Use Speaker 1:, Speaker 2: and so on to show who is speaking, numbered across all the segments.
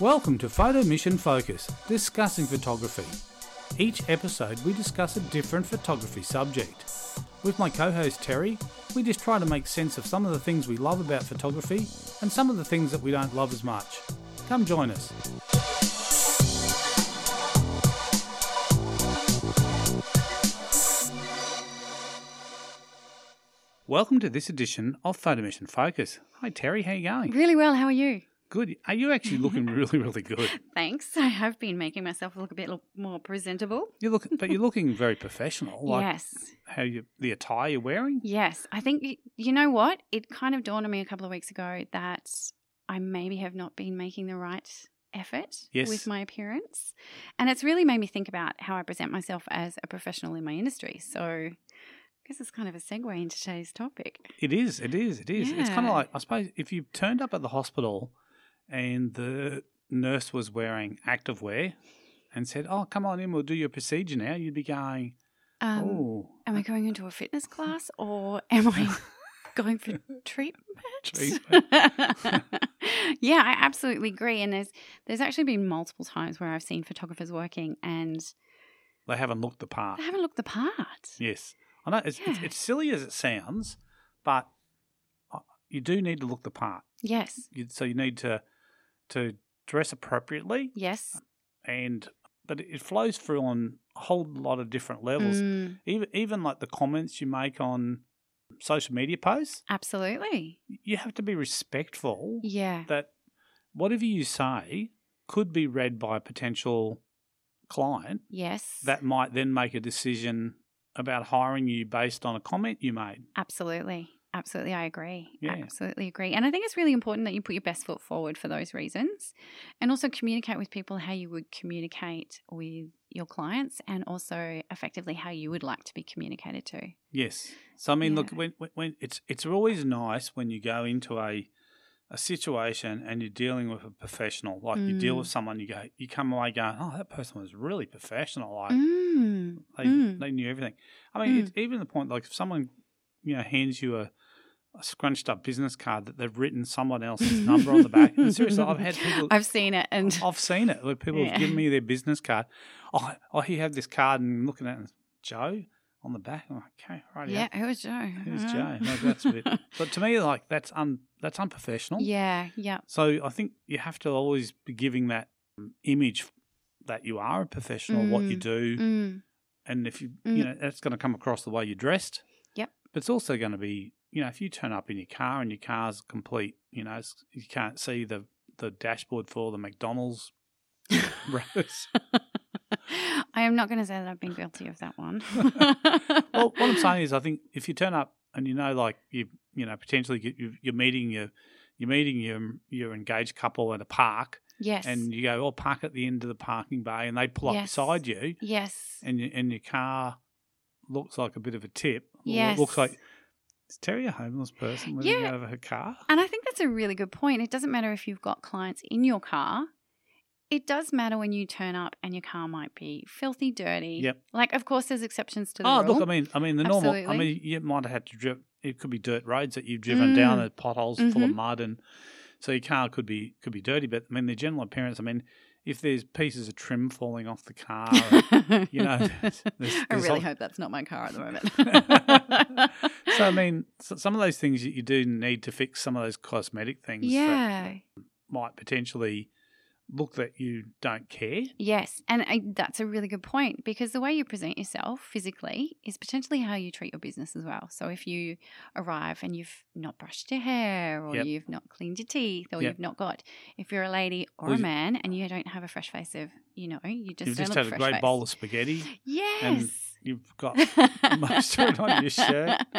Speaker 1: Welcome to Photo Mission Focus, discussing photography. Each episode, we discuss a different photography subject. With my co host Terry, we just try to make sense of some of the things we love about photography and some of the things that we don't love as much. Come join us. Welcome to this edition of Photo Mission Focus. Hi Terry, how you going?
Speaker 2: Really well. How are you?
Speaker 1: Good. Are you actually looking really, really good?
Speaker 2: Thanks. I have been making myself look a bit more presentable.
Speaker 1: You look, but you're looking very professional. Like
Speaker 2: yes.
Speaker 1: how you the attire you're wearing.
Speaker 2: Yes. I think, y- you know what? It kind of dawned on me a couple of weeks ago that I maybe have not been making the right effort
Speaker 1: Yes.
Speaker 2: with my appearance. And it's really made me think about how I present myself as a professional in my industry. So I guess it's kind of a segue into today's topic.
Speaker 1: It is. It is. It is. It's kind
Speaker 2: Yeah.
Speaker 1: of like I suppose if you turned up at the hospital and the nurse was wearing active wear and said, "Oh, come on in, we'll do your procedure now," you'd be going,
Speaker 2: Um,
Speaker 1: "Oh,
Speaker 2: Am I going into a fitness class or am I going for treatment?
Speaker 1: Treatment.
Speaker 2: yeah, I absolutely agree. And there's there's actually been multiple times where I've seen photographers working and
Speaker 1: they haven't looked the part."
Speaker 2: they haven't looked the part.
Speaker 1: Yes, I know. It's, it's,
Speaker 2: Yeah.
Speaker 1: it's silly as it sounds, but uh, you do need to look the part.
Speaker 2: Yes.
Speaker 1: You, so you need to to dress appropriately
Speaker 2: Yes.
Speaker 1: and but it flows through on a whole lot of different levels.
Speaker 2: Mm,
Speaker 1: Even even like the comments you make on social media posts,
Speaker 2: absolutely.
Speaker 1: you have to be respectful
Speaker 2: Yeah.
Speaker 1: that whatever you say could be read by a potential client
Speaker 2: Yes.
Speaker 1: that might then make a decision about hiring you based on a comment you made.
Speaker 2: absolutely. Absolutely, I agree. I
Speaker 1: Yeah.
Speaker 2: Absolutely agree. And I think it's really important that you put your best foot forward for those reasons and also communicate with people how you would communicate with your clients and also effectively how you would like to be communicated to.
Speaker 1: Yes. So I mean,
Speaker 2: Yeah.
Speaker 1: look, when, when when it's it's always nice when you go into a a situation and you're dealing with a professional, like you deal
Speaker 2: Mm.
Speaker 1: with someone, you go, you come away going, oh, that person was really professional, like
Speaker 2: Mm.
Speaker 1: they
Speaker 2: mm.
Speaker 1: they knew everything. I mean, it's even the point like if someone you know hands you a, a scrunched up business card that they've written someone else's number on the back, and seriously, I've had people.
Speaker 2: I've seen it, and
Speaker 1: I've seen it where people have
Speaker 2: Yeah.
Speaker 1: given me their business card. Oh, oh, he had this card and I'm looking at it, and it's Joe on the back. I'm like, okay, right,
Speaker 2: yeah, who was Joe?
Speaker 1: Who's
Speaker 2: Uh-huh.
Speaker 1: Jay? No, that's a bit. But to me, like that's un that's unprofessional.
Speaker 2: yeah, yeah,
Speaker 1: So I think you have to always be giving that um, image that you are a professional, what you
Speaker 2: Mm.
Speaker 1: do,
Speaker 2: mm.
Speaker 1: and if you
Speaker 2: Mm.
Speaker 1: you know that's going to come across the way you're dressed.
Speaker 2: Yep.
Speaker 1: But it's also going to be you know if you turn up in your car and your car's complete, you know it's, you can't see the the dashboard for the McDonald's. rows.
Speaker 2: I am not going to say that I've been guilty of that one.
Speaker 1: well, what I'm saying is, I think if you turn up and you know, like you, you know, potentially get, you, you're meeting your, you're meeting your your engaged couple at a park,
Speaker 2: yes,
Speaker 1: and you go, "Oh, park at the end of the parking bay," and they pull up
Speaker 2: Yes.
Speaker 1: beside you,
Speaker 2: yes,
Speaker 1: and you, and your car looks like a bit of a tip. or
Speaker 2: Yes.
Speaker 1: looks like is Terry a homeless person living
Speaker 2: Yeah.
Speaker 1: over her car?
Speaker 2: and I think that's a really good point. It doesn't matter if you've got clients in your car. It does matter when you turn up and your car might be filthy, dirty.
Speaker 1: Yep.
Speaker 2: Like, of course, there's exceptions to the
Speaker 1: Oh,
Speaker 2: rule.
Speaker 1: look, I mean, I mean, the normal. I
Speaker 2: Absolutely.
Speaker 1: mean, you might have had to drip. It could be dirt roads that you've driven down,
Speaker 2: Mm.
Speaker 1: and potholes full of mud, and so your car could be could be dirty. But I mean, the general appearance. I mean, if there's pieces of trim falling off the car, and- you know, there's- there's
Speaker 2: I really
Speaker 1: all-
Speaker 2: hope that's not my car at the moment.
Speaker 1: so I mean, so some of those things that you do need to fix. Some of those cosmetic things that
Speaker 2: yeah.
Speaker 1: might potentially look that you don't care.
Speaker 2: Yes, and I, that's a really good point because the way you present yourself physically is potentially how you treat your business as well. So if you arrive and you've not brushed your hair, or
Speaker 1: Yep.
Speaker 2: you've not cleaned your teeth, or
Speaker 1: Yep.
Speaker 2: you've not got, if you're a lady or
Speaker 1: Well,
Speaker 2: a
Speaker 1: you-
Speaker 2: man and you don't have a fresh face of, you know, you just
Speaker 1: You've
Speaker 2: don't
Speaker 1: just
Speaker 2: look
Speaker 1: had a
Speaker 2: fresh
Speaker 1: great
Speaker 2: face.
Speaker 1: bowl of spaghetti. and
Speaker 2: Yes.
Speaker 1: You've got mustard on your shirt.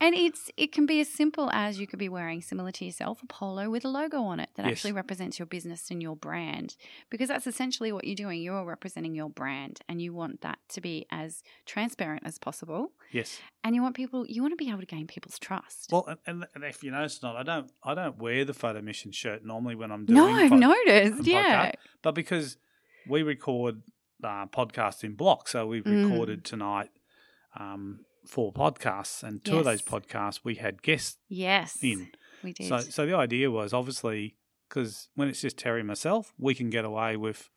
Speaker 2: And it's it can be as simple as you could be wearing similar to yourself a polo with a logo on it that
Speaker 1: Yes.
Speaker 2: actually represents your business and your brand because that's essentially what you're doing. You're representing your brand and you want that to be as transparent as possible.
Speaker 1: yes.
Speaker 2: And you want people you want to be able to gain people's trust.
Speaker 1: Well, and- and, and if you notice not, I don't I don't wear the photo mission shirt normally when I'm doing.
Speaker 2: no, I've
Speaker 1: pho-
Speaker 2: noticed.
Speaker 1: podcast.
Speaker 2: Yeah.
Speaker 1: but because we record uh, podcasts in blocks, so we've
Speaker 2: Mm.
Speaker 1: recorded tonight um, four podcasts, and two of those
Speaker 2: Yes.
Speaker 1: podcasts we had guests
Speaker 2: Yes.
Speaker 1: in.
Speaker 2: We did.
Speaker 1: So, so the idea was obviously Because when it's just Terry and myself, we can get away with,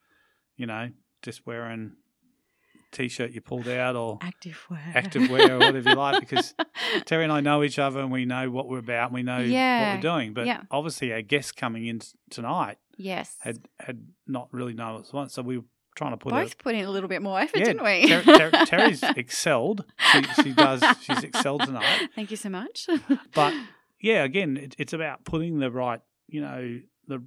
Speaker 1: you know, just wearing t-shirt you pulled out or
Speaker 2: Active wear.
Speaker 1: active wear or whatever you like because Terry and I know each other and we know what we're about and we know
Speaker 2: Yeah,
Speaker 1: what we're doing. But
Speaker 2: yeah.
Speaker 1: obviously our guests coming in t- tonight
Speaker 2: yes.
Speaker 1: had had not really known what was on. So we were trying to put
Speaker 2: Both
Speaker 1: a
Speaker 2: put in a little bit more effort,
Speaker 1: yeah,
Speaker 2: didn't we?
Speaker 1: Ter- Ter- Terry's excelled. She, she does. She's excelled tonight.
Speaker 2: Thank you so much.
Speaker 1: But yeah, again, it, it's about putting the right, you know, the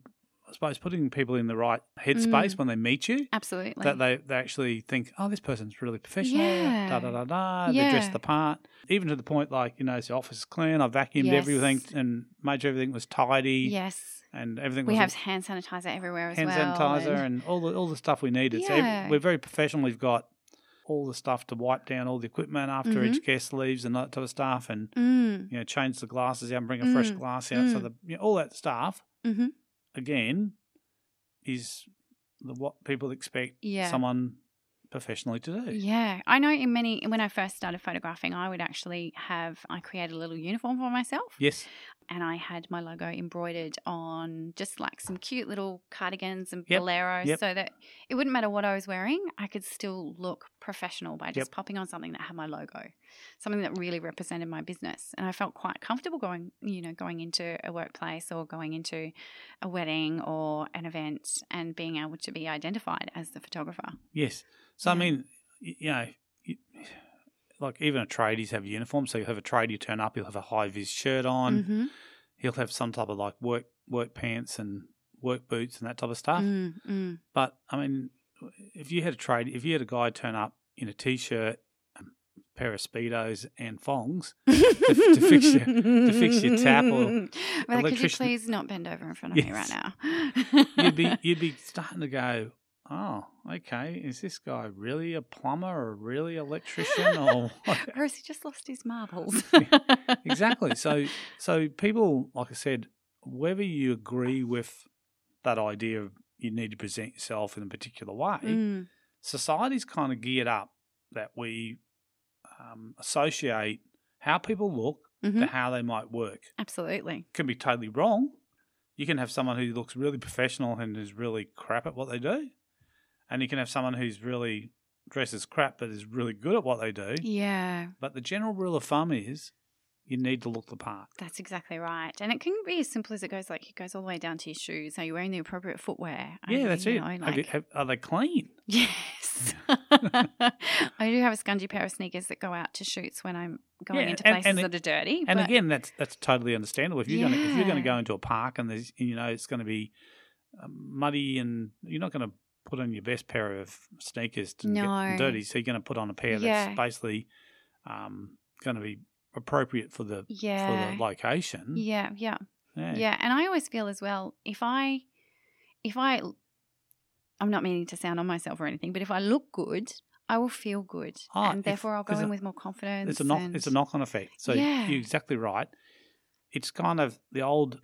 Speaker 1: I suppose putting people in the right headspace
Speaker 2: Mm.
Speaker 1: when they meet you.
Speaker 2: absolutely.
Speaker 1: That they, they actually think, oh, this person's really professional.
Speaker 2: Yeah.
Speaker 1: Da da da da. They
Speaker 2: Yeah.
Speaker 1: dress the part. Even to the point, like you know, it's the office is clean. I vacuumed
Speaker 2: Yes.
Speaker 1: everything and made sure everything was tidy.
Speaker 2: yes.
Speaker 1: And everything
Speaker 2: We
Speaker 1: was
Speaker 2: have hand sanitizer everywhere as
Speaker 1: hand
Speaker 2: well.
Speaker 1: sanitizer
Speaker 2: and-
Speaker 1: and all the all the stuff we needed. So
Speaker 2: Yeah.
Speaker 1: ev- we're very professional. We've got all the stuff to wipe down all the equipment after
Speaker 2: Mm-hmm.
Speaker 1: each guest leaves and that type of stuff, and
Speaker 2: Mm,
Speaker 1: you know change the glasses out and bring a fresh
Speaker 2: Mm.
Speaker 1: glass out. So
Speaker 2: Mm.
Speaker 1: the you know, all that stuff
Speaker 2: hmm
Speaker 1: again is the, what people expect
Speaker 2: Yeah.
Speaker 1: someone professionally to do.
Speaker 2: Yeah, I know. In many, when I first started photographing, I would actually have I created a little uniform for myself,
Speaker 1: Yes.
Speaker 2: and I had my logo embroidered on just like some cute little cardigans and
Speaker 1: Yep,
Speaker 2: boleros,
Speaker 1: yep.
Speaker 2: so that it wouldn't matter what I was wearing, I could still look professional by just popping on something that had my logo, something that really represented my business, and I felt quite comfortable going, you know, going into a workplace or going into a wedding or an event and being able to be identified as the photographer.
Speaker 1: Yes. So I
Speaker 2: Yeah.
Speaker 1: mean, y- you know, you, like even a tradies have uniforms. So you'll have a tradie turn up, you'll have a high vis shirt on,
Speaker 2: Mhm.
Speaker 1: he'll have some type of like work work pants and work boots and that type of stuff.
Speaker 2: Mm, mm.
Speaker 1: But I mean, if you had a trade, if you had a guy turn up in a t-shirt, a pair of speedos and fongs,
Speaker 2: to,
Speaker 1: to fix your- to fix your tap or
Speaker 2: Like, could you
Speaker 1: electrician-
Speaker 2: please not bend over in front of me right
Speaker 1: Yes.
Speaker 2: now?
Speaker 1: you'd be you'd be starting to go. Oh, okay. Is this guy really a plumber or really electrician or what?
Speaker 2: or has he just lost his marbles?
Speaker 1: exactly. So so people, like I said, whether you agree with that idea of you need to present yourself in a particular way,
Speaker 2: Mm,
Speaker 1: society's kind of geared up that we um, associate how people look
Speaker 2: mhm,
Speaker 1: to how they might work.
Speaker 2: Absolutely.
Speaker 1: Can be totally wrong. You can have someone who looks really professional and is really crap at what they do, and you can have someone who's really dresses crap but is really good at what they do.
Speaker 2: Yeah,
Speaker 1: But the general rule of thumb is you need to look the part.
Speaker 2: that's exactly right. And it can be as simple as it goes like it goes all the way down to your shoes. Are you wearing the appropriate footwear? Are
Speaker 1: yeah,
Speaker 2: you,
Speaker 1: that's
Speaker 2: you
Speaker 1: it.
Speaker 2: know,
Speaker 1: Have
Speaker 2: like-
Speaker 1: you- have- are they clean?
Speaker 2: yes. I do have a scungy pair of sneakers that go out to shoots when I'm going
Speaker 1: Yeah,
Speaker 2: into
Speaker 1: and-
Speaker 2: places
Speaker 1: and
Speaker 2: that are dirty.
Speaker 1: And
Speaker 2: but-
Speaker 1: again, that's that's totally understandable. If you're going to if you're going to
Speaker 2: Yeah.
Speaker 1: go into a park and there's you know it's going to be um, muddy and you're not going to put on your best pair of sneakers to
Speaker 2: No.
Speaker 1: get dirty, so you're going to put on a pair
Speaker 2: Yeah.
Speaker 1: that's basically um, going to be appropriate for the
Speaker 2: yeah.
Speaker 1: for the location.
Speaker 2: yeah, yeah.
Speaker 1: Yeah.
Speaker 2: Yeah, and I always feel as well if I if I I'm not meaning to sound on myself or anything, but if I look good, I will feel good,
Speaker 1: Ah,
Speaker 2: and
Speaker 1: it's-
Speaker 2: therefore I'll go
Speaker 1: there's
Speaker 2: in
Speaker 1: a-
Speaker 2: with more confidence.
Speaker 1: It's a knock.
Speaker 2: and-
Speaker 1: It's a knock-on effect. So
Speaker 2: Yeah.
Speaker 1: you're exactly right. It's kind of the old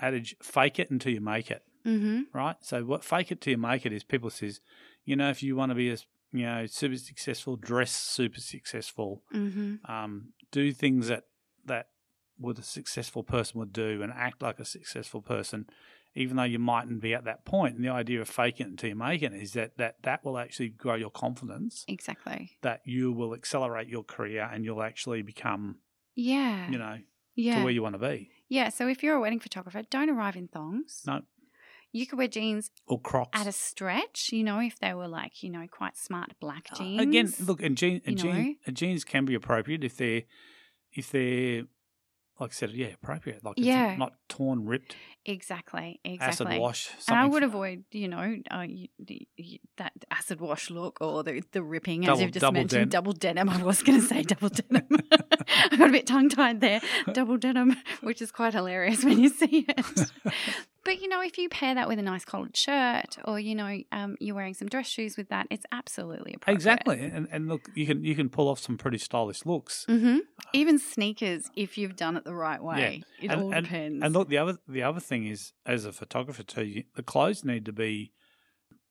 Speaker 1: adage: "Fake it until you make it."
Speaker 2: Mhm.
Speaker 1: right? So what fake it till you make it is people says, you know, if you want to be as you know super successful, dress super successful,
Speaker 2: Mhm.
Speaker 1: um, do things that that what a successful person would do, and act like a successful person, even though you mightn't be at that point. And the idea of fake it until you make it is that that that will actually grow your confidence,
Speaker 2: Exactly.
Speaker 1: that you will accelerate your career, and you'll actually become
Speaker 2: Yeah.
Speaker 1: you know
Speaker 2: yeah.
Speaker 1: to where you want to be.
Speaker 2: yeah. So if you're a wedding photographer, don't arrive in thongs.
Speaker 1: No.
Speaker 2: You could wear jeans
Speaker 1: Or Crocs.
Speaker 2: at a stretch, you know, if they were like, you know, quite smart black
Speaker 1: Uh,
Speaker 2: jeans.
Speaker 1: Again, look, and jeans, and
Speaker 2: you know?
Speaker 1: jeans, jeans can be appropriate if they're, if they're, like I said, yeah, appropriate. Like it's
Speaker 2: Yeah.
Speaker 1: not torn, ripped,
Speaker 2: Exactly. Exactly.
Speaker 1: acid wash. Something
Speaker 2: And I would
Speaker 1: for-
Speaker 2: avoid, you know, uh, y y that acid wash look or the the ripping, as
Speaker 1: Double-
Speaker 2: you've just
Speaker 1: double
Speaker 2: mentioned,
Speaker 1: den-
Speaker 2: double denim. I was going to say double denim. I got a bit tongue tied there. Double denim, which is quite hilarious when you see it. but you know, if you pair that with a nice collared shirt, or you know, um, you're wearing some dress shoes with that, it's absolutely appropriate.
Speaker 1: exactly. And and look, you can you can pull off some pretty stylish looks.
Speaker 2: hmm Even sneakers, if you've done it the right way, it
Speaker 1: Ah. And-
Speaker 2: all depends.
Speaker 1: And look, the other the other thing is, as a photographer too, you, the clothes need to be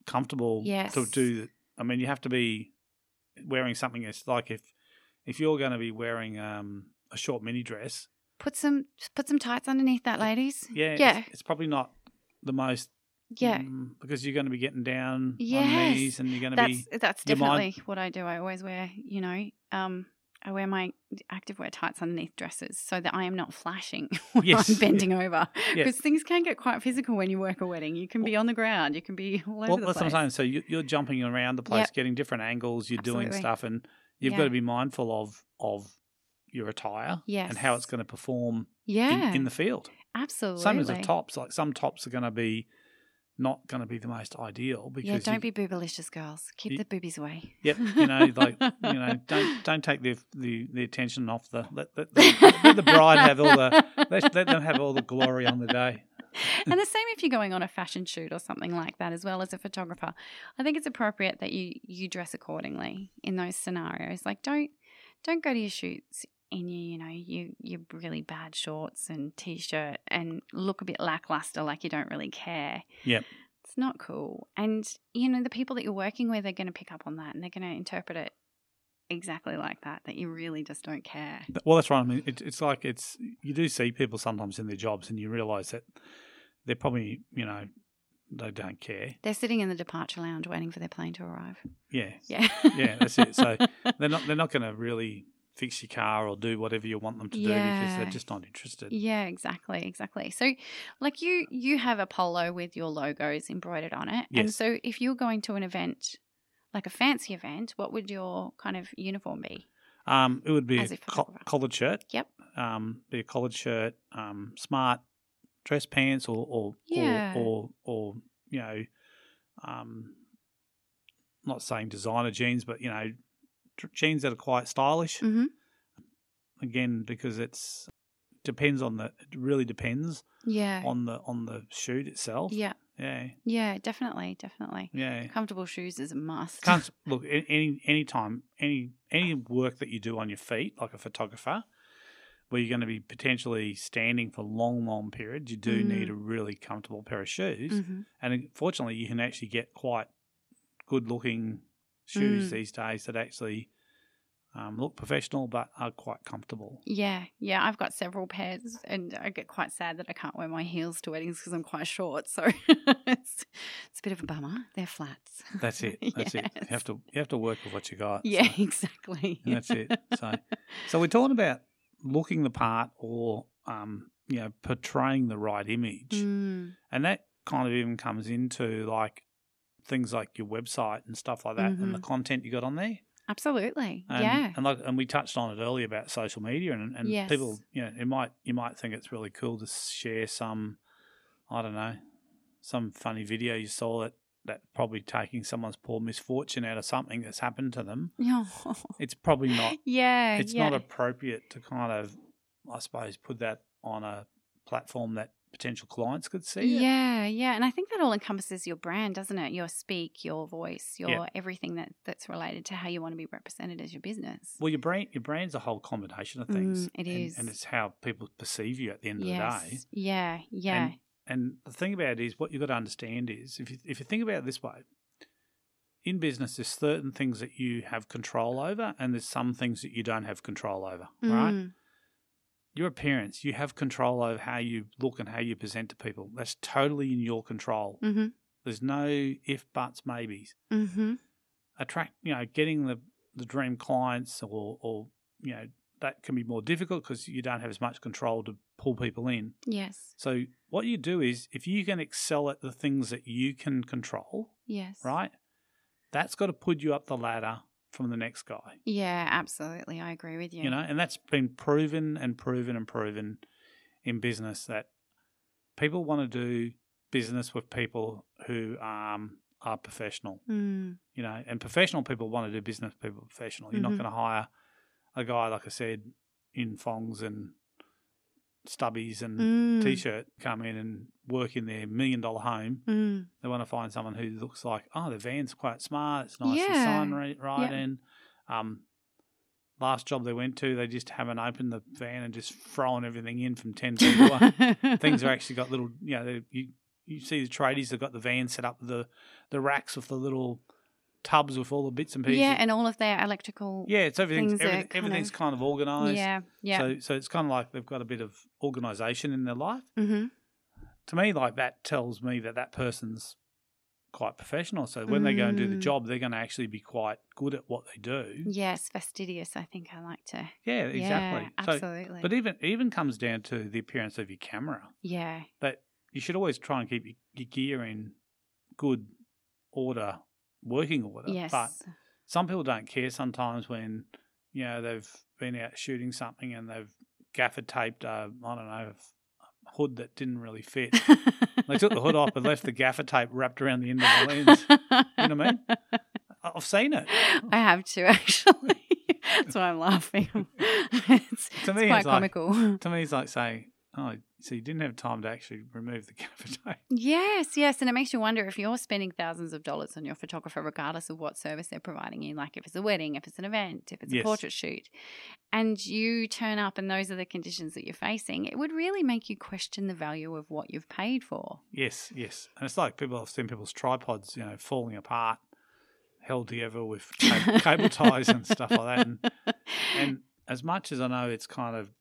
Speaker 1: comfortable. To
Speaker 2: Yes.
Speaker 1: do, I mean, you have to be wearing something that's like if if you're going to be wearing um, a short mini dress,
Speaker 2: put some put some tights underneath that, ladies.
Speaker 1: Yeah,
Speaker 2: Yeah.
Speaker 1: It's, it's probably not the most.
Speaker 2: Yeah.
Speaker 1: mm, because you're going to be getting down on
Speaker 2: Yes.
Speaker 1: knees and you're going to
Speaker 2: That's
Speaker 1: be.
Speaker 2: that's
Speaker 1: your mind-
Speaker 2: definitely what I do. I always wear, you know, um, I wear my activewear tights underneath dresses so that I am not flashing when
Speaker 1: Yes.
Speaker 2: I'm bending over.
Speaker 1: Yes.
Speaker 2: Because things can get quite physical when you work a wedding. You can be on the ground. You can be all over
Speaker 1: Well,
Speaker 2: the
Speaker 1: that's
Speaker 2: place.
Speaker 1: what I'm saying. So you, you're jumping around the place,
Speaker 2: Yep.
Speaker 1: getting different angles. You're doing
Speaker 2: Absolutely.
Speaker 1: stuff, and you've
Speaker 2: Yeah.
Speaker 1: got to be mindful of of your attire and how
Speaker 2: Yes.
Speaker 1: it's going to perform
Speaker 2: Yeah,
Speaker 1: in, in the field.
Speaker 2: absolutely.
Speaker 1: Same as the tops. Like some tops are going to be not going to be the most ideal because
Speaker 2: Yeah, don't
Speaker 1: you,
Speaker 2: be boobalicious, girls. Keep
Speaker 1: you-
Speaker 2: the boobies away.
Speaker 1: Yep, you know, like you know, don't don't take the the, the attention off the let, let, the let the bride have all the let, let them have all the glory on the day.
Speaker 2: and the same if you're going on a fashion shoot or something like that as well as a photographer i think it's appropriate that you you dress accordingly in those scenarios like don't don't go to your shoots in your you know you your really bad shorts and t-shirt and look a bit lackluster like you don't really care
Speaker 1: Yep.
Speaker 2: it's not cool and you know the people that you're working with are going to pick up on that and they're going to interpret it exactly like that that you really just don't care
Speaker 1: Well, that's right. I mean, it, it's like it's you do see people sometimes in their jobs, and you realise that they're probably you know they don't care.
Speaker 2: they're sitting in the departure lounge waiting for their plane to arrive
Speaker 1: Yeah,
Speaker 2: yeah
Speaker 1: Yeah, that's it. So- they're not they're not going to really fix your car or do whatever you want them to do because
Speaker 2: Yeah.
Speaker 1: they're just not interested.
Speaker 2: Yeah, exactly, exactly. So, like you, you have a polo with your logos embroidered on it, and
Speaker 1: Yes.
Speaker 2: so if you were going to an event, like a fancy event, what would your kind of uniform be?
Speaker 1: Um, it would be
Speaker 2: As
Speaker 1: a
Speaker 2: a
Speaker 1: co-
Speaker 2: photographer.
Speaker 1: collared shirt.
Speaker 2: Yep.
Speaker 1: Um, be a collared shirt, um, smart dress pants, or or
Speaker 2: Yeah.
Speaker 1: or, or or you know, um, not saying designer jeans, but you know, tr- jeans that are quite stylish.
Speaker 2: Mm-hmm.
Speaker 1: Again, because it's depends on the it really depends
Speaker 2: Yeah,
Speaker 1: on the on the shoot itself.
Speaker 2: yeah,
Speaker 1: Yeah.
Speaker 2: yeah, definitely, definitely.
Speaker 1: Yeah.
Speaker 2: Comfortable shoes is a must.
Speaker 1: Can't look a- any any time any any work that you do on your feet, like a photographer, where you're going to be potentially standing for long, long periods. You do
Speaker 2: Mm.
Speaker 1: need a really comfortable pair of shoes,
Speaker 2: hmm
Speaker 1: and uh, fortunately, you can actually get quite good looking shoes
Speaker 2: Mm.
Speaker 1: these days that actually um, look professional but are quite comfortable.
Speaker 2: Yeah, yeah. I've got several pairs, and I get quite sad that I can't wear my heels to weddings because I'm quite short. So it's, it's a bit of a bummer. They're flats.
Speaker 1: That's it. That's it. You
Speaker 2: Yes.
Speaker 1: have to you have to work with what you got.
Speaker 2: Yeah,
Speaker 1: So,
Speaker 2: exactly.
Speaker 1: and that's it. So. So we're talking about looking the part or um, you know portraying the right image,
Speaker 2: Mm,
Speaker 1: and that kind of even comes into like things like your website and stuff like that, and the content you got on there.
Speaker 2: absolutely.
Speaker 1: And,
Speaker 2: Mm-hmm. yeah.
Speaker 1: and like and we touched on it earlier about social media, and, and
Speaker 2: Yes.
Speaker 1: people you know it might you might think it's really cool to share some I don't know some funny video you saw that that probably taking someone's poor misfortune out of something that's happened to them.
Speaker 2: Yeah.
Speaker 1: It's probably not
Speaker 2: yeah.
Speaker 1: it's
Speaker 2: yeah.
Speaker 1: not appropriate to kind of, I suppose, put that on a platform that potential clients could see. it.
Speaker 2: Yeah, yeah. And I think that all encompasses your brand, doesn't it? Your speak, your voice, your everything that, that's related to how you want to be represented as your business.
Speaker 1: Well, your brand, your brand's a whole combination of things.
Speaker 2: Mm,
Speaker 1: and,
Speaker 2: it is.
Speaker 1: and it's how people perceive you at the end of the day.
Speaker 2: yes. Yeah, yeah.
Speaker 1: And the thing about it is, what you've got to understand is, if you, if you think about it this way, in business, there's certain things that you have control over, and there's some things that you don't have control over. Right?
Speaker 2: Mm,
Speaker 1: Your appearance, you have control over how you look and how you present to people. That's totally in your control.
Speaker 2: Mhm.
Speaker 1: There's no if, buts, maybes.
Speaker 2: Mhm.
Speaker 1: Attract, you know, getting the, the dream clients or, or, you know, that can be more difficult because you don't have as much control to pull people in.
Speaker 2: Yes.
Speaker 1: So, what you do is if you can excel at the things that you can control,
Speaker 2: Yes.
Speaker 1: right, that's got to put you up the ladder from the next guy,
Speaker 2: Yeah, absolutely. I agree with you.
Speaker 1: you know, and that's been proven and proven and proven in business that people want to do business with people who um, are professional.
Speaker 2: Mm,
Speaker 1: you know, and professional people want to do business with people professional. You're
Speaker 2: Mhm.
Speaker 1: not going to hire a guy, like I said, in fongs and stubbies and
Speaker 2: mm,
Speaker 1: t shirt come in and work in their million dollar home.
Speaker 2: mm.
Speaker 1: They want to find someone who looks like, oh, the van's quite smart, it's nice and
Speaker 2: Yeah.
Speaker 1: sign right, right
Speaker 2: Yeah.
Speaker 1: in. Um, last job they went to, they just haven't opened the van and just thrown everything in from 10 feet away things are actually got little you know they- you you see the tradies have got the van set up with the the racks with the little tubs with all the bits and pieces
Speaker 2: Yeah, and all of their electrical.
Speaker 1: yeah it's everything's
Speaker 2: things are
Speaker 1: everything,
Speaker 2: kind
Speaker 1: everything's
Speaker 2: of-
Speaker 1: kind of organized
Speaker 2: Yeah. yeah.
Speaker 1: so so it's kind of like they've got a bit of organization in their life
Speaker 2: mm-hmm.
Speaker 1: to me, like that tells me that that person's quite professional. So when they go and do the
Speaker 2: Mm.
Speaker 1: job, they're going to actually be quite good at what they do.
Speaker 2: Yes, fastidious. I think I like to.
Speaker 1: Yeah, exactly.
Speaker 2: Yeah,
Speaker 1: so,
Speaker 2: absolutely.
Speaker 1: but even it even comes down to the appearance of your camera.
Speaker 2: yeah.
Speaker 1: That you should always try and keep your, your gear in good order, working order.
Speaker 2: Yes.
Speaker 1: But some people don't care sometimes when you know they've been out shooting something and they've gaffer taped a I don't know a hood that didn't really fit. they took the hood off and left the gaffer tape wrapped around the end of the lens. You know what I mean? I- I've seen it.
Speaker 2: I have to actually. That's why I'm laughing. it's,
Speaker 1: To
Speaker 2: it's
Speaker 1: me,
Speaker 2: quite
Speaker 1: it's like-
Speaker 2: comical.
Speaker 1: To me, it's like saying, "Oh, so you didn't have time to actually remove the gaffer tape."
Speaker 2: Yes, yes. And it makes you wonder if you're spending thousands of dollars on your photographer, regardless of what service they're providing you, like if it's a wedding, if it's an event, if it's
Speaker 1: Yes.
Speaker 2: a portrait shoot, and you turn up and those are the conditions that you're facing, it would really make you question the value of what you've paid for.
Speaker 1: Yes, yes, and it's like people. I've seen people's tripods, you know, falling apart, held together with cable, cable ties and stuff like that. And, and as much as I know, it's kind of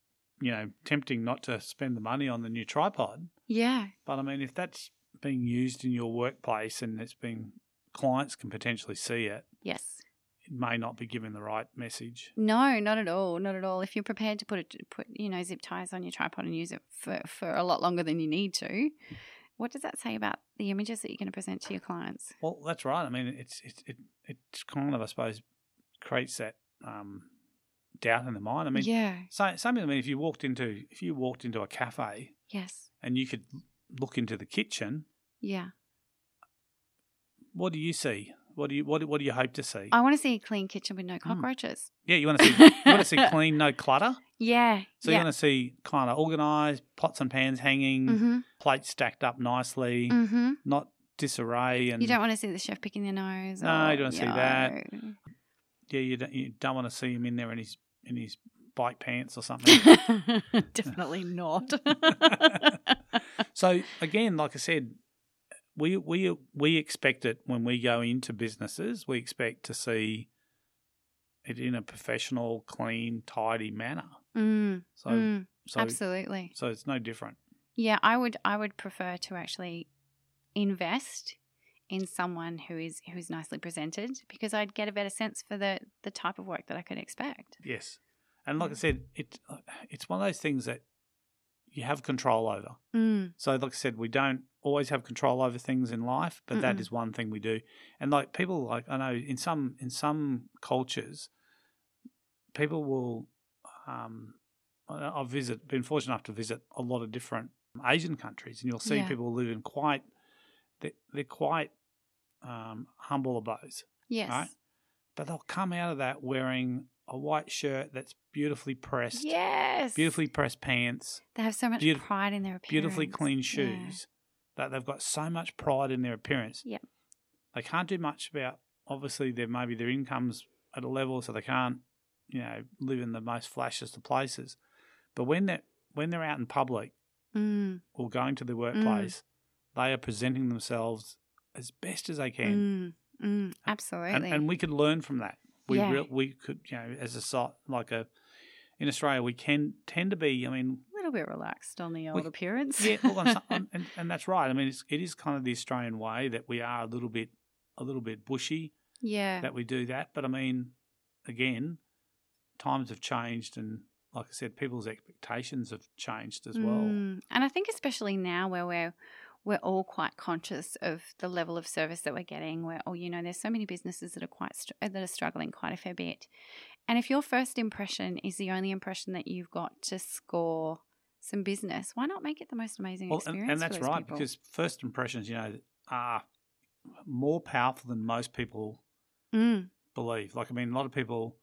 Speaker 1: you know tempting not to spend the money on the new tripod,
Speaker 2: yeah.
Speaker 1: but I mean, if that's being used in your workplace and it's being clients can potentially see it,
Speaker 2: Yes.
Speaker 1: it may not be given the right message.
Speaker 2: No, not at all. Not at all. If you're prepared to put it, put you know zip ties on your tripod and use it for, for a lot longer than you need to, what does that say about the images that you're going to present to your clients?
Speaker 1: Well, that's right. I mean, it's it's it it's kind of I suppose creates that um, doubt in the mind. I mean,
Speaker 2: yeah.
Speaker 1: sa- same. I mean, if you walked into if you walked into a cafe
Speaker 2: Yes.
Speaker 1: and you could look into the kitchen,
Speaker 2: Yeah.
Speaker 1: what do you see? What do you what do- what do you hope to see?
Speaker 2: I want to see a clean kitchen
Speaker 1: Mm.
Speaker 2: with no cockroaches.
Speaker 1: yeah, you want to see you want to see clean, no clutter.
Speaker 2: Yeah.
Speaker 1: So you
Speaker 2: yeah.
Speaker 1: want to see kind of organised, pots and pans hanging,
Speaker 2: Mm-hmm.
Speaker 1: plates stacked up nicely,
Speaker 2: hmm hmm
Speaker 1: not disarray. And
Speaker 2: You don't want to see the chef picking their nose.
Speaker 1: No,
Speaker 2: or-
Speaker 1: you don't wanna see that.
Speaker 2: No.
Speaker 1: yeah, you don't, you don't want to see him in there in his in his bike pants or something.
Speaker 2: Definitely not.
Speaker 1: So again, like I said, we we we expect it when we go into businesses. We expect to see it in a professional, clean, tidy manner.
Speaker 2: Mm,
Speaker 1: So
Speaker 2: mm,
Speaker 1: so
Speaker 2: absolutely.
Speaker 1: so it's no different.
Speaker 2: Yeah, I would I would prefer to actually invest in someone who is who's nicely presented because I'd get a better sense for the the type of work that I could expect.
Speaker 1: Yes, and like I
Speaker 2: Yeah.
Speaker 1: said, it it's one of those things that you have control over.
Speaker 2: Mm.
Speaker 1: So like I said, we don't always have control over things in life, but that
Speaker 2: Mm-mm.
Speaker 1: is one thing we do. And like people like I know in some in some cultures, people will. Um, I- I've visit been fortunate enough to visit a lot of different Asian countries, and you'll see
Speaker 2: Yeah.
Speaker 1: people live in quite they're, they're quite um, humble abodes,
Speaker 2: Yes.
Speaker 1: Right? but they'll come out of that wearing a white shirt that's beautifully pressed,
Speaker 2: Yes.
Speaker 1: beautifully pressed pants,
Speaker 2: They have so much
Speaker 1: beaut-
Speaker 2: pride in their appearance.
Speaker 1: beautifully clean
Speaker 2: Yeah.
Speaker 1: shoes that they've got so much pride in their appearance.
Speaker 2: Yep.
Speaker 1: They can't do much about obviously their maybe their income's at a level so they can't, you know, live in the most flashiest of places. But when they're when they're out in public
Speaker 2: Mm,
Speaker 1: or going to the workplace, they are presenting themselves as best as they can.
Speaker 2: mm, mm,
Speaker 1: And,
Speaker 2: absolutely.
Speaker 1: and we could learn from that. We
Speaker 2: Yeah.
Speaker 1: real we could, you know, as a so- like a in Australia we can tend to be, I mean,
Speaker 2: a little bit relaxed on the old appearance.
Speaker 1: Yeah, well, on some, on, and, and that's right. I mean, it's, it is kind of the Australian way that we are a little bit, a little bit bushy
Speaker 2: yeah.
Speaker 1: that we do that. But I mean, again, times have changed, and like I said, people's expectations have changed as well.
Speaker 2: Mm. And I think especially now where we're we're all quite conscious of the level of service that we're getting. Where oh, you know, there's so many businesses that are quite str- uh, that are struggling quite a fair bit. And if your first impression is the only impression that you've got to score some business, why not make it the most amazing
Speaker 1: Well, and,
Speaker 2: experience?
Speaker 1: and
Speaker 2: for
Speaker 1: that's
Speaker 2: those
Speaker 1: right
Speaker 2: people?
Speaker 1: because first impressions, you know, are more powerful than most people
Speaker 2: Mm,
Speaker 1: believe. Like, I mean, a lot of people,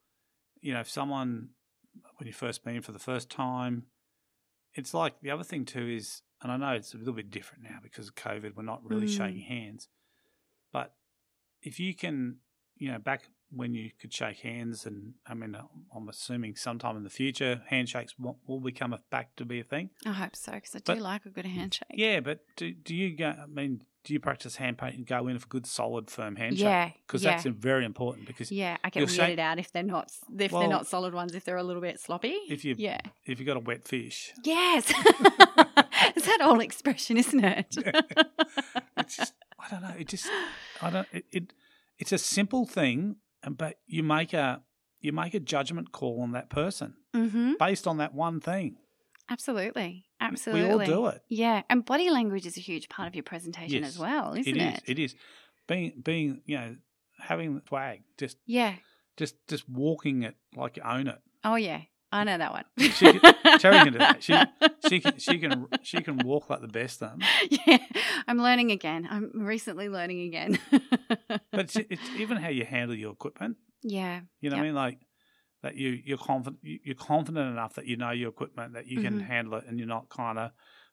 Speaker 1: you know, if someone, when you first meet 'em for the first time, it's like the other thing too is, and I know it's a little bit different now because of COVID, we're not really
Speaker 2: Mm.
Speaker 1: shaking hands, but if you can, you know, back when you could shake hands, and I mean, I'm assuming sometime in the future, handshakes will, will become a back to be a thing.
Speaker 2: I hope so because I do
Speaker 1: But-
Speaker 2: like a good handshake.
Speaker 1: Yeah, but do, do you go, I mean, do you practice hand paint and go in for good, solid, firm handshake?
Speaker 2: yeah,
Speaker 1: Because
Speaker 2: yeah.
Speaker 1: that's very important because
Speaker 2: yeah, I
Speaker 1: you're
Speaker 2: get weirded
Speaker 1: saying-
Speaker 2: out if they're not if
Speaker 1: Well,
Speaker 2: they're not solid ones if they're a little bit sloppy.
Speaker 1: if you-
Speaker 2: yeah,
Speaker 1: if you've got a wet fish,
Speaker 2: Yes. it's that old expression, isn't it?
Speaker 1: It's just, I don't know. It just, I don't. It, it, it's a simple thing, and- but you make a you make a judgment call on that person
Speaker 2: mm-hmm.
Speaker 1: based on that one thing.
Speaker 2: Absolutely.
Speaker 1: We
Speaker 2: Absolutely.
Speaker 1: all do it.
Speaker 2: Yeah. And body language is a huge part of your presentation
Speaker 1: Yes,
Speaker 2: as well, isn't
Speaker 1: it
Speaker 2: it?
Speaker 1: is. It is being being you know having swag, just
Speaker 2: Yeah.
Speaker 1: just just walking it like you own it.
Speaker 2: Oh, yeah. I know that one.
Speaker 1: She can- Terry can do that. She- She can she can she can walk like the best of them.
Speaker 2: yeah. I'm learning again. I'm recently learning again.
Speaker 1: But it's, it's even how you handle your equipment.
Speaker 2: yeah.
Speaker 1: You know what
Speaker 2: Yep.
Speaker 1: I mean? Like that you you're confident you're confident enough that you know your equipment that you can
Speaker 2: Mhm.
Speaker 1: handle it and you're not kind of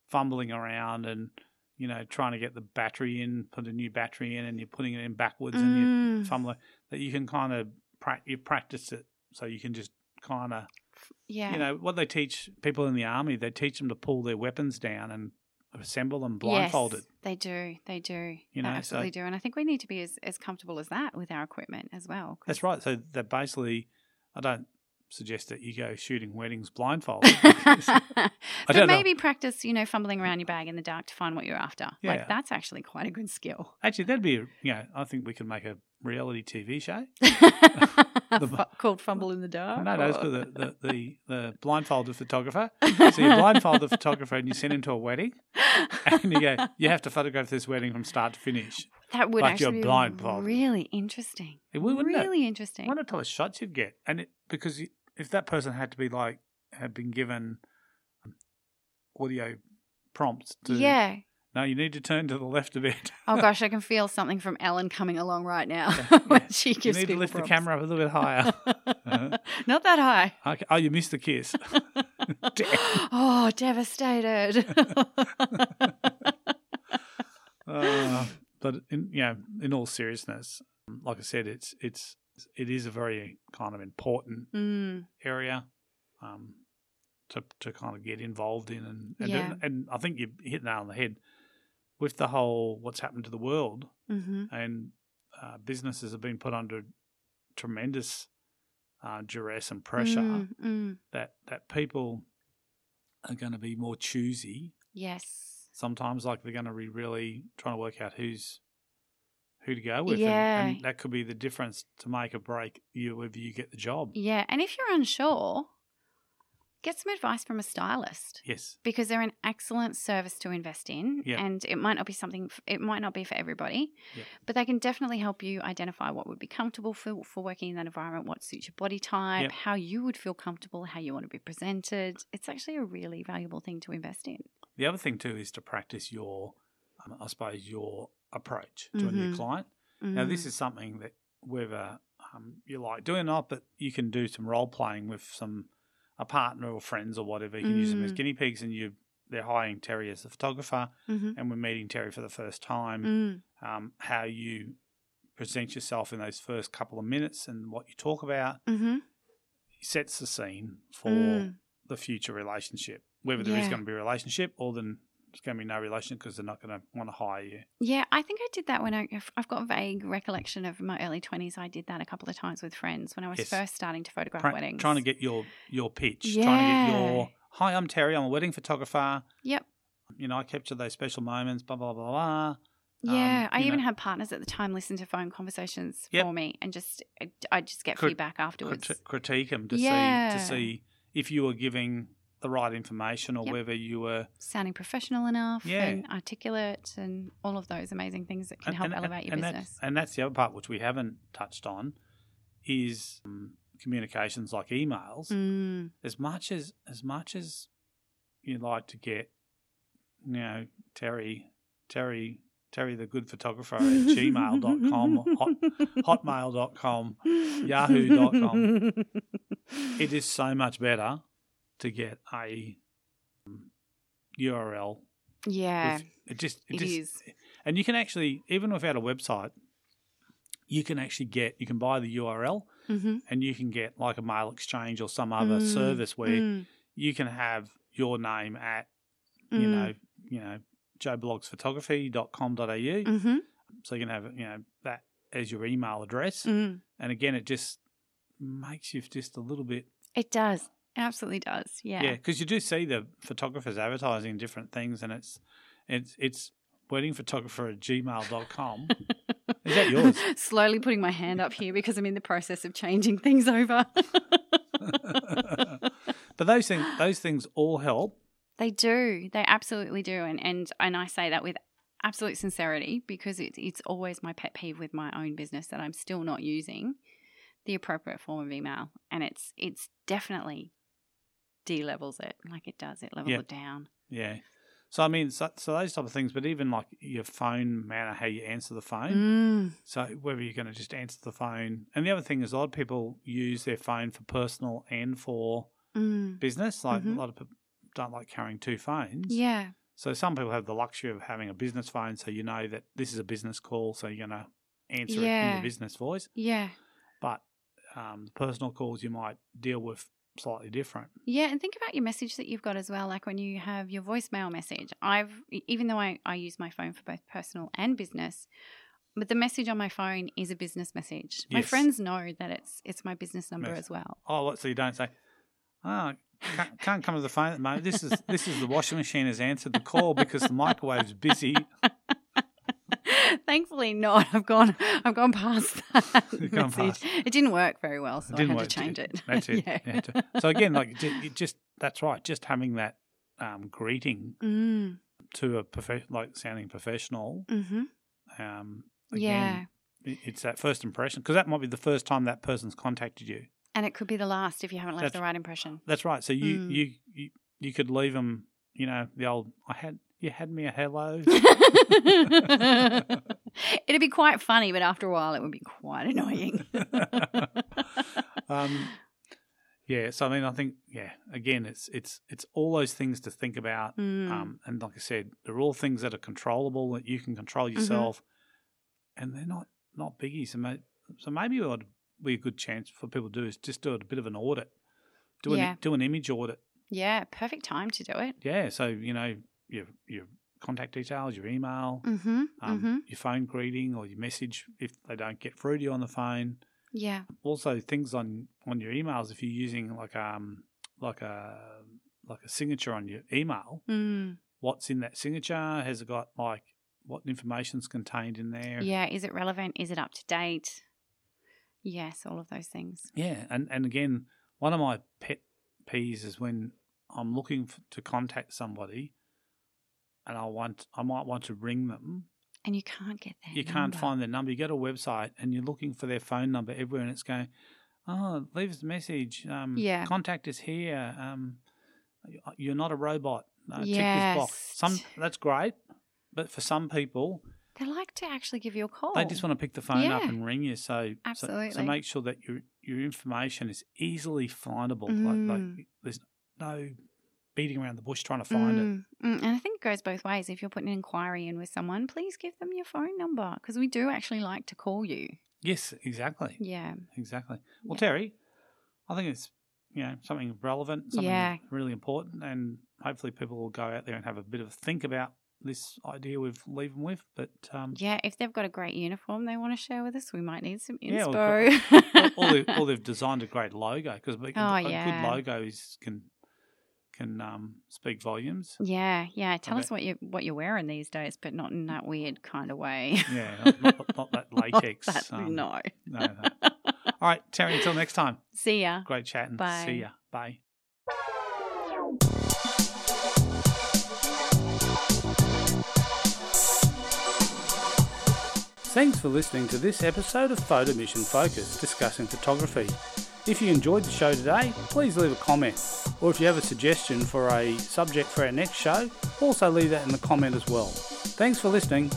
Speaker 1: fumbling around and you know trying to get the battery in, put a new battery in, and you're putting it in backwards and you're
Speaker 2: Mm.
Speaker 1: fumbling. That you can kind of pra- you practice it so you can just kind of
Speaker 2: Yeah.
Speaker 1: you know what they teach people in the army. They teach them to pull their weapons down and assemble them
Speaker 2: Yes,
Speaker 1: blindfolded.
Speaker 2: they do. They do.
Speaker 1: You
Speaker 2: You
Speaker 1: know,
Speaker 2: know,
Speaker 1: so-
Speaker 2: absolutely do. And I think we need to be as, as comfortable as that with our equipment as well.
Speaker 1: That's right. So that basically, I don't suggest that you go shooting weddings blindfolded.
Speaker 2: but
Speaker 1: don't know.
Speaker 2: maybe practice, you know, fumbling around your bag in the dark to find what you're after.
Speaker 1: Yeah.
Speaker 2: Like that's actually quite a good skill.
Speaker 1: Actually, that'd be, a- you know, I think we could make a reality TV show.
Speaker 2: Fu- Called fumble in the dark.
Speaker 1: No, no, it's
Speaker 2: or-
Speaker 1: called the, the, the, the blindfolded photographer. So you blindfold the photographer and you send him to a wedding and you go, you have to photograph this wedding from start to finish.
Speaker 2: that would
Speaker 1: like you're
Speaker 2: actually
Speaker 1: blindfolded.
Speaker 2: be really interesting.
Speaker 1: It would, wouldn't it?
Speaker 2: really
Speaker 1: I
Speaker 2: interesting.
Speaker 1: wonder what type of shots you'd get. And it, because you- if that person had to be like, had been given um, audio prompts to,
Speaker 2: yeah.
Speaker 1: no, you need to turn to the left a bit.
Speaker 2: Oh gosh, I can feel something from Ellen coming along right now
Speaker 1: Yeah,
Speaker 2: when
Speaker 1: yeah.
Speaker 2: she
Speaker 1: You
Speaker 2: gives
Speaker 1: need to
Speaker 2: people
Speaker 1: lift the
Speaker 2: prompts.
Speaker 1: camera Uh-huh. up a little bit higher.
Speaker 2: Not that high.
Speaker 1: Okay. Oh, you missed the kiss. Damn.
Speaker 2: Oh, devastated.
Speaker 1: Uh, but in you know, in all seriousness, like I said, it's it's it is a very kind of important
Speaker 2: mm,
Speaker 1: area um, to to kind of get involved in, and and,
Speaker 2: Yeah.
Speaker 1: and I think you hit the nail on the head with the whole what's happened to the world
Speaker 2: hmm
Speaker 1: and uh, businesses have been put under tremendous uh, duress and pressure
Speaker 2: Mm, mm,
Speaker 1: that that people are going to be more choosy
Speaker 2: yes.
Speaker 1: sometimes like they're going to be really trying to work out who's who to go with
Speaker 2: Yeah.
Speaker 1: and, and that could be the difference to make or break you whether you get the job
Speaker 2: Yeah. And if you're unsure, get some advice from a stylist
Speaker 1: yes
Speaker 2: because they're an excellent service to invest in.
Speaker 1: Yeah.
Speaker 2: And it might not be something, f- it might not be for everybody,
Speaker 1: Yeah.
Speaker 2: but they can definitely help you identify what would be comfortable for, for working in that environment, what suits your body type,
Speaker 1: Yep.
Speaker 2: how you would feel comfortable, how you want to be presented. It's actually a really valuable thing to invest in.
Speaker 1: the other thing too is to practice your um, i suppose your approach to a new
Speaker 2: Mhm.
Speaker 1: client now this
Speaker 2: Mm-hmm.
Speaker 1: is something that whether um, you like doing or not but you can do some role playing with some a partner or friends or whatever you can use them as
Speaker 2: Mm.
Speaker 1: guinea pigs and you they're hiring terry as a photographer
Speaker 2: Mm-hmm.
Speaker 1: and we're meeting terry for the first time um, how you present yourself in those first couple of minutes and what you talk about
Speaker 2: Mm-hmm.
Speaker 1: sets the scene for the future relationship. Whether there is
Speaker 2: Mm. Yeah.
Speaker 1: going to be a relationship or then there's going to be no relationship because they're not going to want to hire you.
Speaker 2: Yeah, I think I did that when I, if- I've got vague recollection of my early 20s. I did that a couple of times with friends when I was
Speaker 1: Yes.
Speaker 2: first starting to photograph
Speaker 1: Pra-
Speaker 2: weddings.
Speaker 1: trying to get your your pitch. Trying to get
Speaker 2: Yeah.
Speaker 1: your hi, I'm Terry. I'm a wedding photographer.
Speaker 2: Yep.
Speaker 1: You know, I capture those special moments. Blah blah blah blah.
Speaker 2: Yeah,
Speaker 1: um,
Speaker 2: I
Speaker 1: you
Speaker 2: even
Speaker 1: know-
Speaker 2: had partners at the time listen to phone conversations
Speaker 1: Yep.
Speaker 2: for me and just, I- I'd just get
Speaker 1: Crit-
Speaker 2: feedback afterwards.
Speaker 1: Crit- critique them to see
Speaker 2: Yeah.
Speaker 1: to see if you were giving the right information or
Speaker 2: Yep.
Speaker 1: whether you were
Speaker 2: Sounding professional enough
Speaker 1: Yeah.
Speaker 2: and articulate and all of those amazing things that can help elevate your
Speaker 1: and
Speaker 2: business.
Speaker 1: That's, and that's the other part which we haven't touched on is um, communications like emails.
Speaker 2: Mm,
Speaker 1: As much as as much as you like to get, you know, Terry, Terry, Terry, the good photographer at gmail.com, hot, hotmail.com, yahoo.com. it is so much better to get a um, URL.
Speaker 2: Yeah,
Speaker 1: with- it just, it
Speaker 2: it
Speaker 1: just eh,
Speaker 2: is.
Speaker 1: And you can actually, even without a website, you can actually get, you can buy the URL
Speaker 2: Mhm.
Speaker 1: and you can get like a mail exchange or some other
Speaker 2: Mm,
Speaker 1: service where
Speaker 2: Mm,
Speaker 1: you can have your name at, you
Speaker 2: mm.
Speaker 1: know, you know, joeblogsphotography.com.au. au.
Speaker 2: Mhm.
Speaker 1: So you can have, you know, that as your email address.
Speaker 2: Mm.
Speaker 1: And again, it just makes you just a little bit,
Speaker 2: It does. It absolutely does. Yeah.
Speaker 1: Yeah, because you do see the photographers advertising different things, and it's it's it's weddingphotographer at gmail.com. Is that yours?
Speaker 2: Slowly putting my hand up here because I'm in the process of changing things over.
Speaker 1: but those things those things all help.
Speaker 2: They do. They absolutely do. And and and I say that with absolute sincerity because it's it's always my pet peeve with my own business that I'm still not using the appropriate form of email. And it's it's definitely de levels it. Like it does. It levels
Speaker 1: Yeah.
Speaker 2: it down.
Speaker 1: Yeah. So I mean, so, so those type of things, but even like your phone manner, how you answer the phone.
Speaker 2: Mm.
Speaker 1: So whether you're going to just answer the phone, and the other thing is, a lot of people use their phone for personal and for
Speaker 2: Mm.
Speaker 1: business. Like
Speaker 2: Mhm.
Speaker 1: a lot of people don't like carrying two phones.
Speaker 2: Yeah.
Speaker 1: So some people have the luxury of having a business phone, so you know that this is a business call, so you're going to answer it in
Speaker 2: Yeah.
Speaker 1: your business voice.
Speaker 2: Yeah.
Speaker 1: But um, the personal calls you might deal with slightly different.
Speaker 2: Yeah, and think about your message that you've got as well. Like when you have your voicemail message, I've e, even though I, I use my phone for both personal and business, but the message on my phone is a business message. My
Speaker 1: Yes.
Speaker 2: friends know that it's it's my business number
Speaker 1: Yes.
Speaker 2: as well.
Speaker 1: Oh, what? So you don't say, oh, can't, can't come to the phone at the moment. This is this is the washing machine has answered the call because the microwave's busy.
Speaker 2: Thankfully, not. I've gone I've gone past that
Speaker 1: You've gone
Speaker 2: message. It didn't work very well, so I
Speaker 1: didn't
Speaker 2: had
Speaker 1: work,
Speaker 2: to
Speaker 1: did
Speaker 2: change
Speaker 1: it?
Speaker 2: it.
Speaker 1: That's it.
Speaker 2: yeah.
Speaker 1: Yeah, ju- So again, like ju- it just that's right. Just having that um, greeting
Speaker 2: Mm,
Speaker 1: to a prof- like sounding professional.
Speaker 2: hmm
Speaker 1: Um,
Speaker 2: Yeah.
Speaker 1: again, it- it's that first impression because that might be the first time that person's contacted you.
Speaker 2: And it could be the last if you haven't left
Speaker 1: That's-
Speaker 2: the right impression.
Speaker 1: That's right. So you
Speaker 2: Mm.
Speaker 1: you, you you could leave them. You know the old I had you had me a hello.
Speaker 2: It'd be quite funny, but after a while, it would be quite annoying.
Speaker 1: um, yeah. So I mean, I think yeah. Again, it's it's it's all those things to think about.
Speaker 2: Mm.
Speaker 1: Um, and like I said, they're all things that are controllable that you can control
Speaker 2: Mm-hmm.
Speaker 1: yourself, and they're not not biggies. So, may, so maybe what would be a good chance for people to do is just do a bit of an audit, do
Speaker 2: Yeah.
Speaker 1: an do an image audit.
Speaker 2: yeah, perfect time to do it.
Speaker 1: Yeah. So you know your your contact details, your email,
Speaker 2: Mm-hmm.
Speaker 1: um,
Speaker 2: mm-hmm.
Speaker 1: your phone greeting or your message if they don't get through to you on the phone.
Speaker 2: Yeah.
Speaker 1: also things on on your emails if you're using like um like a like a signature on your email
Speaker 2: Mm.
Speaker 1: what's in that signature has it got like what information's contained in there
Speaker 2: Yeah. Is it relevant? Is it up to date? Yes, all of those things.
Speaker 1: yeah and and again one of my pet peeves is when i'm looking f to contact somebody and i want i might want to ring them
Speaker 2: And you can't get that.
Speaker 1: you can't
Speaker 2: number.
Speaker 1: find their number. You go to a website and you're looking for their phone number everywhere, and it's going, oh, leave us a message. Um,
Speaker 2: Yeah.
Speaker 1: Contact us here. Um, you're not a robot. Uh, Tick this box.
Speaker 2: Yes.
Speaker 1: Some that's great, but for some people,
Speaker 2: They like to actually give you a call.
Speaker 1: they just want to pick the phone up
Speaker 2: Oh. Yeah.
Speaker 1: and ring you. So so- So,
Speaker 2: Absolutely.
Speaker 1: make sure that your your information is easily findable. Like,
Speaker 2: Mm.
Speaker 1: like there's no beating around the bush trying to find it.
Speaker 2: Mm, mm, And I think it goes both ways. If you're putting an inquiry in with someone, please give them your phone number because we do actually like to call you.
Speaker 1: Yes, exactly.
Speaker 2: Yeah.
Speaker 1: Exactly. Well,
Speaker 2: Yeah.
Speaker 1: Terry, I think it's you know something relevant, something
Speaker 2: Yeah.
Speaker 1: really important, and hopefully people will go out there and have a bit of a think about this idea we've leave them with. But um,
Speaker 2: Yeah, if they've got a great uniform they want to share with us, we might need some
Speaker 1: Yeah, or-
Speaker 2: inspo.
Speaker 1: all, all, they've, all they've designed a great logo because a
Speaker 2: Oh,
Speaker 1: a
Speaker 2: yeah.
Speaker 1: good logo is can can um, speak volumes.
Speaker 2: yeah, yeah. Tell
Speaker 1: Okay.
Speaker 2: us what you what you're wearing these days, but not in that weird kind of way.
Speaker 1: Yeah, not, not, not that
Speaker 2: Not
Speaker 1: latex.
Speaker 2: that-
Speaker 1: um,
Speaker 2: no.
Speaker 1: no, no. All right, Terry. Until next time.
Speaker 2: See ya.
Speaker 1: Great chatting.
Speaker 2: Bye.
Speaker 1: See ya. Bye. Thanks for listening to this episode of Photo Mission Focus discussing photography. If you enjoyed the show today, please leave a comment. Or if you have a suggestion for a subject for our next show, also leave that in the comment as well. Thanks for listening.